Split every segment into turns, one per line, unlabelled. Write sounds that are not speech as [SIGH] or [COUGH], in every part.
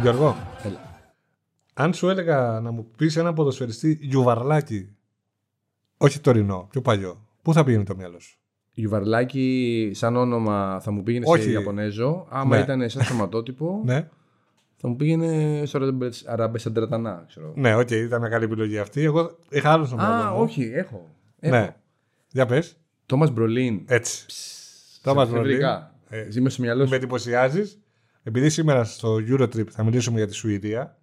Γιώργο,
Έλα.
αν σου έλεγα να μου πεις ένα ποδοσφαιριστή γιουβαρλάκι, όχι τωρινό, πιο παλιό, πού θα πήγαινε το μυαλό σου.
Γιουβαρλάκη, σαν όνομα, θα μου πήγαινε
Όχι.
σε Ιαπωνέζο. Άμα
Ναι.
ήταν σαν σωματότυπο,
[LAUGHS] Ναι,
θα μου πήγαινε στο Αραμπεσαντρατανά, ξέρω. εγώ.
ναι, οκ, ήταν μια καλή επιλογή αυτή. Εγώ είχα άλλο στο μυαλό.
Α,
μου.
όχι, έχω.
Ναι.
έχω.
Για πες.
Τόμας Μπρολίν.
Έτσι.
Σε
Τόμας
εφευρικά.
Μπρολίν. Ε,
Ζει μέσα στο μυαλό
Με
σου.
εντυπωσιάζεις. Επειδή σήμερα στο Eurotrip θα μιλήσουμε για τη Σουηδία,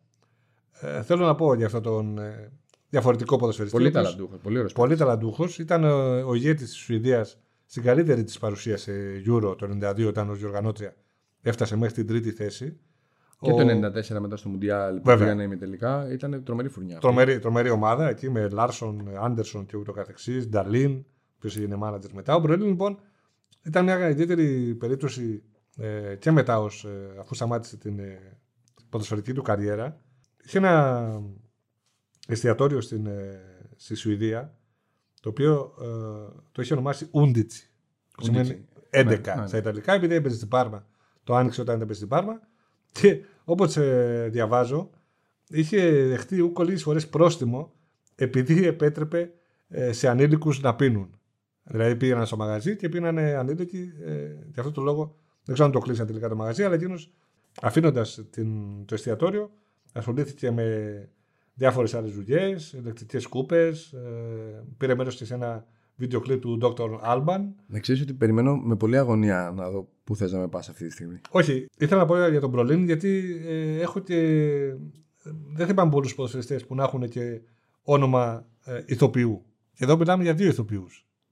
ε, θέλω να πω για αυτόν τον ε, διαφορετικό ποδοσφαιριστή.
Πολύ
ο οποίος-
ταλαντούχος. Πολύ ωραίος.
Πολύ ταλαντούχος. Ήταν ε, ο ηγέτης της Σουηδίας στην καλύτερη της παρουσία σε Euro το 92 ήταν ως διοργανώτρια. Έφτασε μέχρι την τρίτη θέση.
Και
Ο-
το 94 μετά στο Μουντιάλ που
Βέβαια.
πήγανε ημιτελικά ήταν τρομερή φουρνιά.
Τρομερή, τρομερή ομάδα εκεί με Λάρσον, Άντερσον και ούτω καθεξής. Νταλίν, ποιος έγινε μάνατζερ μετά. Ο Μπρελίν λοιπόν ήταν μια ιδιαίτερη περίπτωση ε, και μετά, ως, ε, αφού σταμάτησε την ε, ποδοσφαιρική του καριέρα. Είχε ένα εστιατόριο στην, ε, στη Σουηδία το οποίο ε, το είχε ονομάσει Ούντιτσι. Που
Ούντιτσι.
σημαίνει 11
Ναι, ναι, ναι.
στα Ιταλικά, επειδή έπαιζε στην Πάρμα. Το άνοιξε όταν έπαιζε στην Πάρμα. Και όπως διαβάζω, είχε δεχτεί ούκο λίγε φορές πρόστιμο επειδή επέτρεπε ε, σε ανήλικους να πίνουν. Δηλαδή πήγαιναν στο μαγαζί και πίνανε ανήλικοι. Ε, γι' αυτό το λόγο δεν ξέρω αν το κλείσαν τελικά το μαγαζί, αλλά εκείνος αφήνοντας το εστιατόριο ασχολήθηκε με διάφορες άλλες δουλειές, ηλεκτρικές κούπε. Ε, πήρε μέρος και σε ένα βίντεο κλειπ του Dr. Alban.
Να ξέρεις ότι περιμένω με πολλή αγωνία να δω πού θες να με πας αυτή τη στιγμή.
Όχι, ήθελα να πω για τον Μπρολίν γιατί ε, έχω και. Δεν θυμάμαι πολλούς ποδοσφαιριστές που να έχουν και όνομα ε, ηθοποιού. Και εδώ μιλάμε για δύο ηθοποιούς.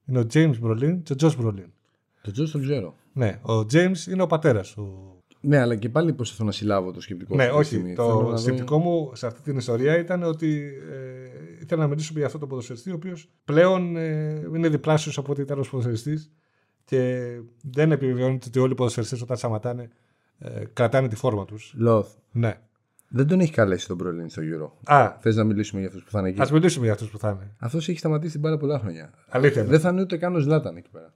Είναι ο James Μπρολίν και ο Josh Μπρολίν.
Το Τζος τον ξέρω.
Ναι, ο James είναι ο πατέρας του.
Ναι, αλλά και πάλι πώ θέλω να συλλάβω το σκεπτικό.
Ναι,
αυτή τη
όχι.
στιγμή. Θέλω να
Το
δω-
σκεπτικό μου σε αυτή την ιστορία ήταν ότι ε, ήθελα να μιλήσουμε για αυτό τον ποδοσφαιριστή, ο οποίος πλέον ε, είναι διπλάσιος από ό,τι ήταν ως ποδοσφαιριστής και δεν επιβεβαιώνεται ότι όλοι οι ποδοσφαιριστές όταν σταματάνε ε, κρατάνε τη φόρμα τους.
Λοθ.
Ναι.
Δεν τον έχει καλέσει τον Μπρολίν στο γύρο.
Α,
Θες να μιλήσουμε για αυτούς που θα είναι εκεί.
Ας μιλήσουμε για αυτούς που θα είναι.
Αυτός έχει σταματήσει την πάρα πολλά χρόνια.
Αλήθεια. είναι.
Δεν θα είναι ούτε καν ο Ζλάταν εκεί πέρα.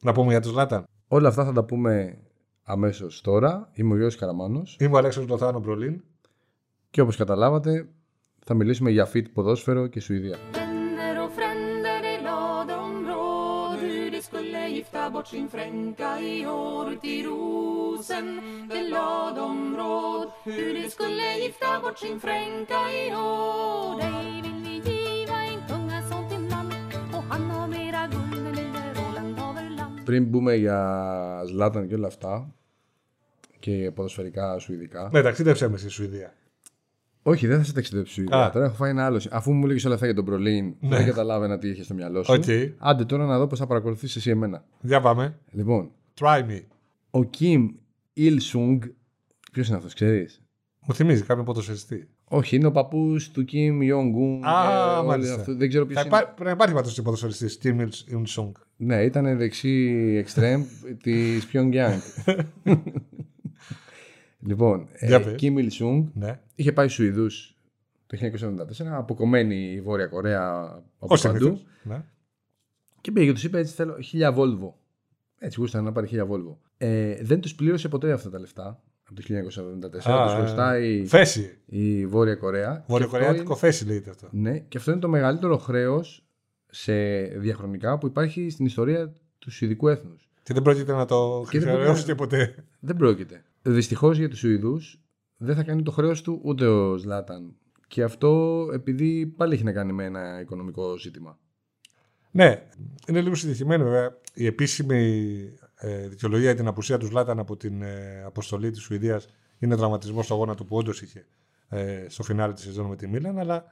Να πούμε για του Λάταν.
Όλα αυτά θα τα πούμε αμέσως τώρα. Είμαι ο Γιώργος Καραμάνος.
Είμαι ο Αλέξανδρος Λοθάνο Μπρολίν.
Και όπως καταλάβατε, θα μιλήσουμε για fit ποδόσφαιρο και Σουηδία.
Vänner och fränder det lade om råd hur de skulle gifta bort sin fränka i år till rosen. Det lade om råd hur de skulle gifta bort sin fränka i år. Dig vill vi giva en kungasån till man och han har mera guld än lille Roland av Erland.
Πριν μπούμε για Ζλάταν και όλα αυτά και ποδοσφαιρικά Σουηδικά.
Ναι, ταξίδεψέ με στη Σουηδία.
Όχι, δεν θα σε ταξιδέψει
Α. Ναι.
Σουηδία. Τώρα έχω φάει ένα άλλο. Αφού μου έλεγε όλα αυτά για τον Προλίν, δεν καταλάβαινα τι είχε στο μυαλό σου.
Οκ.
Άντε τώρα να δω πώς θα παρακολουθήσει εσύ εμένα.
Για πάμε.
Λοιπόν,
Try me.
ο Κιμ Ιλσούγκ. Ποιος είναι αυτός, ξέρεις.
Μου θυμίζει κάποιον ποδοσφαιριστή.
Όχι, είναι ο παππούς του Κιμ Ιονγκούν.
Α, μάλιστα.
Δεν ξέρω ποιος
Θα
είναι.
υπά- Πρέπει να υπάρχει πάντως ποδοσφαιριστή. Τιμ Ιλσούγκ.
Ναι, ήταν δεξί
[LAUGHS]
εξτρέμ της Pyongyang. λοιπόν,
Για πες.
Κιμ Ιλσούγκ
Ναι.
είχε πάει στους Ιδού το 1974, αποκομμένη η Βόρεια Κορέα από
Ως
παντού.
συνήθω. Ναι.
Και πήγε και τους είπε: Έτσι θέλω 1000 Volvo. Έτσι γούστανε να πάρει 1000 Volvo. Ε, δεν τους πλήρωσε ποτέ αυτά τα λεφτά από το 1974.
Α,
Τους
ε.
χρωστάει
Θέση.
η Βόρεια Κορέα. Και αυτό
Βορειοκορεάτικο
είναι-
θέση λέγεται αυτό.
Ναι, και αυτό είναι το μεγαλύτερο χρέος σε διαχρονικά που υπάρχει στην ιστορία τους Σουηδικού έθνους.
Και δεν πρόκειται να το
δεν
χρησιμοποιήσετε ποτέ.
Δεν πρόκειται. Δυστυχώς για τους Σουηδούς δεν θα κάνει το χρέος του ούτε ο Ζλάταν. Και αυτό επειδή πάλι έχει να κάνει με ένα οικονομικό ζήτημα.
Ναι, είναι λίγο συντηρημένη βέβαια. Η επίσημη ε, δικαιολογία για την απουσία του Λάταν από την ε, αποστολή της Σουηδίας είναι τραυματισμός στο γόνατο που όντως είχε ε, στο φινάρι της σεζόν με τη Μίλαν. Αλλά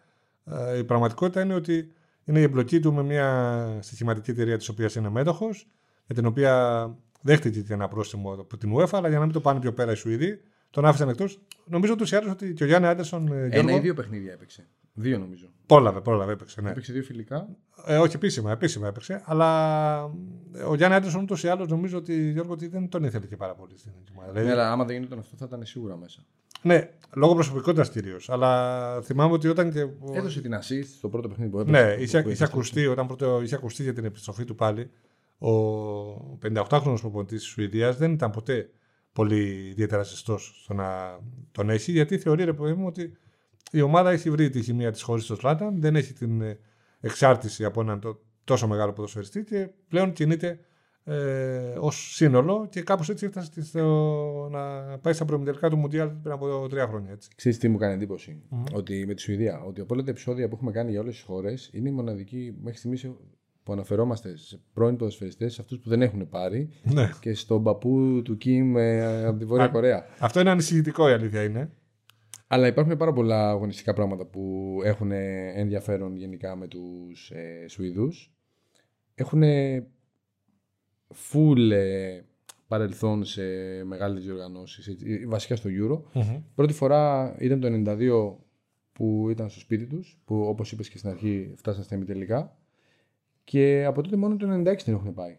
ε, η πραγματικότητα είναι ότι είναι η εμπλοκή του με μια στοιχηματική εταιρεία της οποίας είναι μέτοχος, για την οποία δέχτηκε και ένα πρόστιμο από την UEFA, αλλά για να μην το πάνε πιο πέρα οι Σουηδοί, τον άφησαν εκτός. Νομίζω ούτως ή άλλως ότι και ο Γιάννη Άντερσον. Ε,
Ένα
Γιώργο,
ή δύο παιχνίδια έπαιξε. Δύο νομίζω.
πρόλαβε, πρόλαβε, έπαιξε. Ναι.
Έπαιξε δύο φιλικά.
Ε, όχι επίσημα, επίσημα έπαιξε. Αλλά ε, ο Γιάννη Άντερσον ούτως ή άλλως νομίζω ότι, Γιώργο, ότι δεν τον ήθελε και πάρα πολύ στην ομάδα. Δηλαδή,
Ναι, αλλά άμα δεν γινόταν αυτό θα ήταν σίγουρα μέσα.
Ναι, λόγω προσωπικότητας κυρίως. Αλλά θυμάμαι ότι όταν και. ο-
Έδωσε την assist στο πρώτο παιχνίδι που έπαιξε.
Ναι,
που-
είχε,
που
είχε ακουστεί, όταν πρώτο είχε ακουστεί για την επιστροφή του πάλι, ο 58χρονο προπονητής της Σουηδίας δεν ήταν ποτέ πολύ ιδιαίτερα ζεστός στο να τον έχει, γιατί θεωρεί ρε παιδί μου ότι η ομάδα έχει βρει τη χημεία της χωρίς τον Σλάταν, δεν έχει την ε, εξάρτηση από έναν τό- τόσο μεγάλο ποδοσφαιριστή και πλέον κινείται ε, ως σύνολο και κάπως έτσι έφτασε στη- στο, να πάει στα προμητερικά του Μουντιάλ πριν από τρία χρόνια. Έτσι.
Ξέρεις τι μου κάνει εντύπωση? Ότι με τη Σουηδία, ότι από όλα τα επεισόδια που έχουμε κάνει για όλες τις χώρες είναι η μοναδική μέχρι στιγμής που αναφερόμαστε σε πρώην ποδοσφαιριστές, σε αυτούς που δεν έχουν πάρει
Ναι.
και στον παππού του Κιμ ε, από τη Βόρεια
Α.
Κορέα.
Αυτό είναι ανησυχητικό η αλήθεια είναι.
Αλλά υπάρχουν πάρα πολλά αγωνιστικά πράγματα που έχουν ε, ενδιαφέρον γενικά με τους ε, Σουηδούς. Έχουν φουλ ε, παρελθόν σε μεγάλες διοργανώσεις, βασικά στο Euro. Πρώτη φορά ήταν το 92 που ήταν στο σπίτι τους, που όπως είπες και στην αρχή φτάσαν στα ημιτελικά. Και από τότε μόνο το 96 δεν έχουν πάει.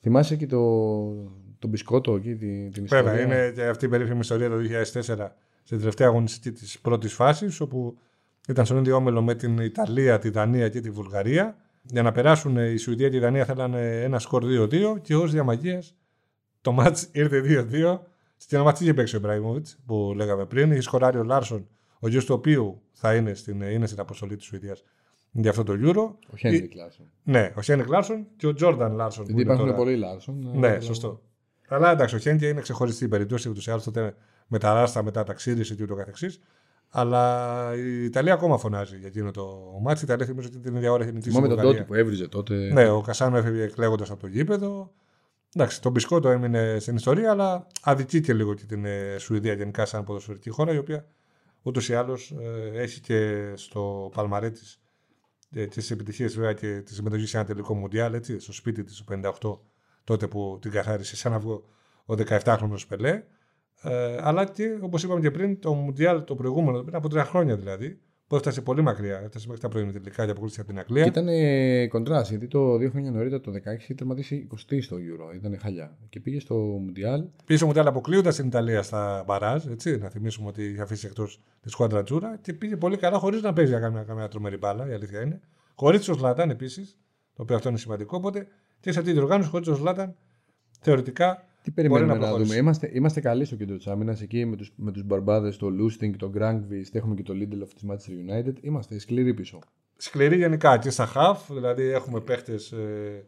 Θυμάσαι και το, το μπισκότο εκεί, τη- την ιστορία.
Βέβαια, είναι και αυτή η περίφημη ιστορία το 2004 στην τελευταία αγωνιστική της πρώτης φάσης, όπου ήταν στον ίδιο όμιλο με την Ιταλία, τη Δανία και τη Βουλγαρία. Για να περάσουν ε, η Σουηδία και η Δανία θέλανε ένα σκορ 2-2 και ως διαμαγείας το μάτς ήρθε 2-2. Στην αμαρτία είχε παίξει ο Ιμπραήμοβιτ που λέγαμε πριν. Είχε σκοράρει ο Λάρσον, ο γιος του οποίου θα είναι στην, είναι στην αποστολή της Σουηδίας για αυτό το Euro.
Ο Χένρικ Λάρσον.
Ναι, ο Χένικ Λάρσον και ο Τζόρνταν Λάρσον. που
Γιατί
είναι
υπάρχουν
τώρα-
πολλοί Λάρσον.
ναι,
αλλά-
σωστό. Αλλά εντάξει, ο Χένκε είναι ξεχωριστή περίπτωση, ούτως ή άλλως τότε μεταράστα, μετά ταξίδισε και ούτω καθεξής. Αλλά η Ιταλία ακόμα φωνάζει για εκείνο το μάτι. Η Ιταλία θυμίζω ότι την ίδια ώρα είχε νικήσει.
Θυμάμαι
τη
τον
Βουλγαρία.
τότε που έβριζε τότε.
Ναι, ο Κασάνο έφευγε εκλέγοντα από το γήπεδο. Εντάξει, το μπισκότο έμεινε στην ιστορία, αλλά αδικεί και λίγο και την ε, Σουηδία γενικά σαν ποδοσφαιρική χώρα, η οποία ούτως ή άλλως έχει και στο παλμαρέ της ε, τις επιτυχίες βέβαια και της συμμετοχής σε ένα τελικό Μουντιάλ, έτσι, στο σπίτι της το 58, τότε που την καθάρισε σαν αυγό ο 17χρονο Πελέ. Ε, αλλά και όπως είπαμε και πριν, το Μουντιάλ το προηγούμενο, πριν από τρία χρόνια δηλαδή, που έφτασε πολύ μακριά, έφτασε μέχρι τα πρώιμη τελικά και αποκλείστηκε από την Αγγλία.
Και ήταν κοντράς, γιατί το δύο χρόνια νωρίτερα, το 16, είχε τερματίσει 20 στο Euro. Ήταν χαλιά. Και πήγε στο Μουντιάλ.
Πίσω μου τα άλλα αποκλείοντας την Ιταλία στα μπαράζ. Έτσι, να θυμίσουμε ότι είχε αφήσει εκτός της σκουάντρα Τζούρα και πήγε πολύ καλά χωρίς να παίζει για καμιά, καμιά τρομερή μπάλα. Η αλήθεια είναι. Χωρίς τον Σλάταν επίσης, το οποίο αυτό είναι σημαντικό. Οπότε και σε αυτή την οργάνωση χωρίς τον Σλάταν θεωρητικά.
Τι περιμένουμε
Μπορεί
να,
να προχωρήσει.
δούμε. Είμαστε, είμαστε καλοί στο κέντρο της άμυνας. Εκεί με τους με τους μπαρμπάδες, το Λούστινγκ, τον Γκράγκβιστ, έχουμε και το Λίντελοφ της Manchester United. Είμαστε σκληροί πίσω.
Σκληρή γενικά και στα χαφ, δηλαδή έχουμε παίχτες ε,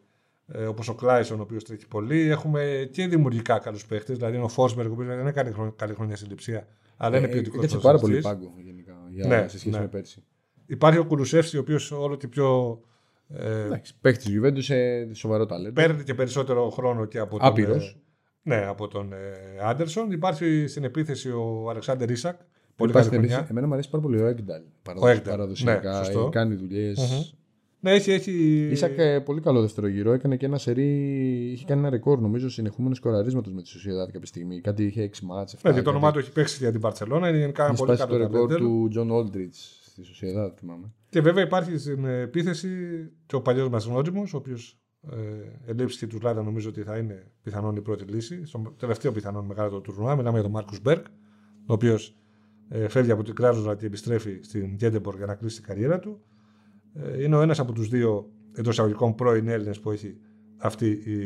ε, όπως ο Κλάισον, ο οποίος τρέχει πολύ. Έχουμε και δημιουργικά καλούς παίχτες, δηλαδή ο Φόσμπεργκ, ο οποίος δεν έκανε καλή, χρον- καλή χρονιά στην λειψία, αλλά είναι ποιοτικό.
Κάτσε Ε, πάρα πολύ πάγκο γενικά για,
Ναι,
σε σχέση
ναι.
με πέρσι.
Υπάρχει ο Κουλουσεύση, ο οποίος όλο και πιο. Ε,
Εντάξει, παίχτης της Juventus σε σοβαρό ταλέντο.
παίρνει και περισσότερο χρόνο και από τον,
Άπειρος.
ε, ναι, από τον ε, Άντερσον. Υπάρχει στην επίθεση ο Αλεξάνδρ Ίσακ. Πολύ
Υπάρχει
καλή
στην
χρονιά.
επίθεση- Εμένα μου αρέσει πάρα πολύ ο Έγκνταλ.
Ο Έκνταλ,
Παραδοσιακά ε,
ναι, σωστό.
κάνει δουλειές.
Ναι, έχει. έχει...
Ήσακ ε, πολύ καλό δεύτερο γύρο. Έκανε και ένα σερί. Είχε κάνει ένα ρεκόρ νομίζω συνεχούμενο σκοραρίσματο με τη Σοσιαδάτη κάποια στιγμή. Κάτι είχε 6 μάτσε.
Ναι, γιατί το όνομά του έχει παίξει για την Παρσελόνα. Είναι γενικά ένα
Είχε
πολύ
σπάσει το
καλό
ρεκόρ
ταλέντο.
του Τζον Όλτριτ στη Σοσιαδάτη, θυμάμαι.
Και βέβαια υπάρχει στην επίθεση και ο παλιός μας γνώριμο, ο οποίος ε, ελείψει και του Λάδα, νομίζω ότι θα είναι πιθανόν η πρώτη λύση. Στο τελευταίο πιθανόν μεγάλο το τουρνουά, μιλάμε για τον Μάρκους Μπέρκ, ο οποίος ε, φεύγει από την Κράζορα και επιστρέφει στην Γκέντεμπορ για να κλείσει την καριέρα του. Ε, είναι ο ένας από τους δύο εντός εισαγωγικών πρώην Έλληνες που έχει αυτή η,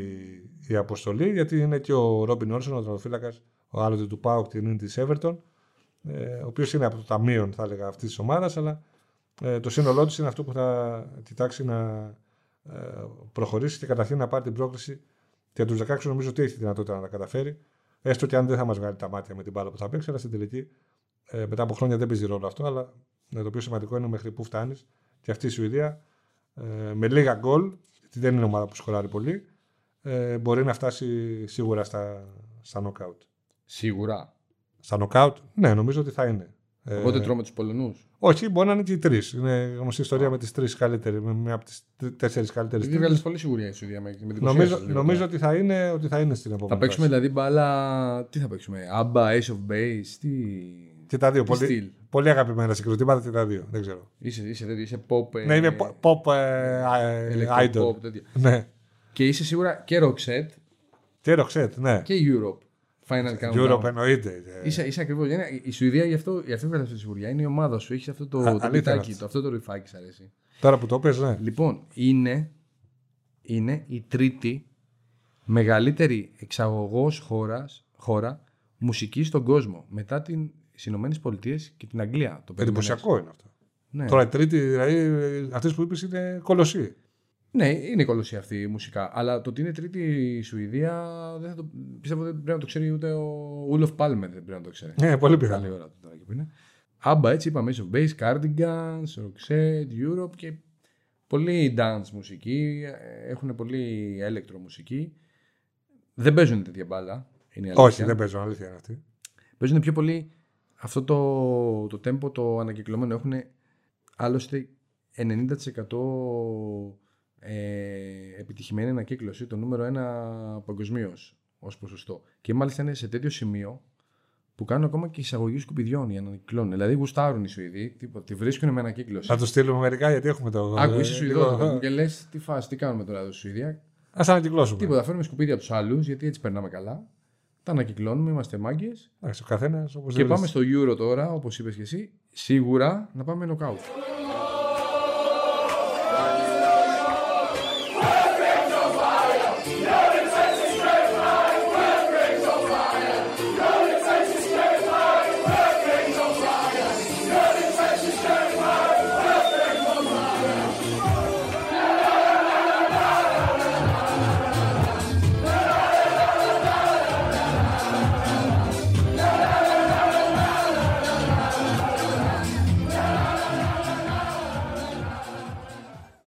η αποστολή, γιατί είναι και ο Ρόμπιν Όλσον, ο τραγωδοφύλακα, ο άλλοτε του Πάουκ, την είναι της Εύερτον, ε, ο οποίος είναι από το ταμείο, θα έλεγα, αυτής της ομάδας, αλλά ε, το σύνολό της είναι αυτό που θα κοιτάξει να ε, προχωρήσει και καταρχήν να πάρει την πρόκληση. Και του 16 νομίζω ότι έχει τη δυνατότητα να τα καταφέρει. Έστω και αν δεν θα μας βγάλει τα μάτια με την μπάλα που θα παίξει, αλλά στην τελική ε, μετά από χρόνια δεν παίζει ρόλο αυτό. Αλλά ε, το πιο σημαντικό είναι μέχρι πού φτάνεις. Και αυτή η Σουηδία ε, με λίγα γκολ, γιατί δεν είναι ομάδα που σκοράρει πολύ, ε, μπορεί να φτάσει σίγουρα στα, στα νοκάουτ.
Σίγουρα.
Στα νοκάουτ, ναι, νομίζω ότι θα είναι. Ε,
Οπότε τρώμε τους Πολωνούς.
όχι, μπορεί να είναι και οι τρεις. Είναι γνωστή ιστορία με τις τρεις καλύτερες, με μια από τις τέσσερις καλύτερες.
Επειδή βγάλες πολύ σιγουριά η Σουηδία με, με την
Νομίζω,
παρουσία σου,
νομίζω
λίγο.
ότι, θα είναι, ότι θα είναι στην επόμενη.
Θα παίξουμε
φάση.
δηλαδή μπάλα. Τι θα παίξουμε, Άμπα, Ace of Base, τι.
Και τα δύο.
τι στυλ.
Πολύ, πολύ αγαπημένα συγκροτήματα και τα δύο. Δεν ξέρω.
Είσαι, είσαι τέτοιο, είσαι pop. ε,
ναι, είναι pop, pop ε, ε,
electro
idol.
pop, τέτοια.
Ναι.
Και είσαι σίγουρα και Roxette
Και Ροξέτ, ναι.
και Europe. Final Countdown.
Europe εννοείται. Ε,
Είσαι, είσαι ακριβώς. Η Σουηδία γι' αυτό, γι αυτό βγάλε αυτή τη σιγουριά. Είναι η ομάδα σου. Έχεις αυτό το,
Α,
το
αλήθεια
πιτάκι,
αυτό.
το, αυτό το ρηφάκι σ' αρέσει.
Τώρα που το πες, ναι.
Λοιπόν, είναι, είναι η τρίτη μεγαλύτερη εξαγωγός χώρας χώρα μουσικής στον κόσμο μετά τις Ηνωμένες Πολιτείες και την Αγγλία. Το περίμενες.
Ε, Εντυπωσιακό είναι αυτό.
Ναι.
Τώρα η τρίτη, δηλαδή, αυτές που είπες είναι κολοσσοί.
ναι, είναι η κολοσσία αυτή η μουσικά. Αλλά το ότι είναι τρίτη η Σουηδία δεν θα το, πιστεύω δεν πρέπει να το ξέρει ούτε ο Ούλοφ Πάλμερ. Δεν πρέπει να το ξέρει.
Ναι, πολύ
Καλή
πιθανό.
ώρα τώρα και που είναι. Άμπα, έτσι είπαμε, Ace of Base, Cardigans, Roxette, Europe και πολύ dance μουσική. Έχουν πολύ electro μουσική. Δεν παίζουν τέτοια μπάλα. Είναι η
Όχι,
αλήθεια.
δεν παίζω, αλήθεια είναι αυτή.
Παίζουν πιο πολύ αυτό το, το tempo το ανακυκλωμένο. Έχουν άλλωστε 90% ε, επιτυχημένη ανακύκλωση, το νούμερο ένα παγκοσμίως ως ποσοστό. Και μάλιστα είναι σε τέτοιο σημείο που κάνουν ακόμα και εισαγωγή σκουπιδιών για να ανακυκλώνουν. Δηλαδή γουστάρουν οι Σουηδοί, τίποτα, τη βρίσκουν με ανακύκλωση.
Θα τους στείλουμε μερικά γιατί έχουμε το. Ε,
Άκου, είσαι Σουηδό
Α
και λες τι φάση, τι κάνουμε τώρα εδώ στη Σουηδία.
ανακυκλώσουμε.
Τίποτα, φέρνουμε σκουπίδια από τους άλλους, γιατί έτσι περνάμε καλά. Τα ανακυκλώνουμε, είμαστε μάγκες
Εντάξει, ο καθένας όπως
και πάμε στο Euro τώρα, όπως είπες και εσύ, σίγουρα να πάμε νοκάουτ.
Will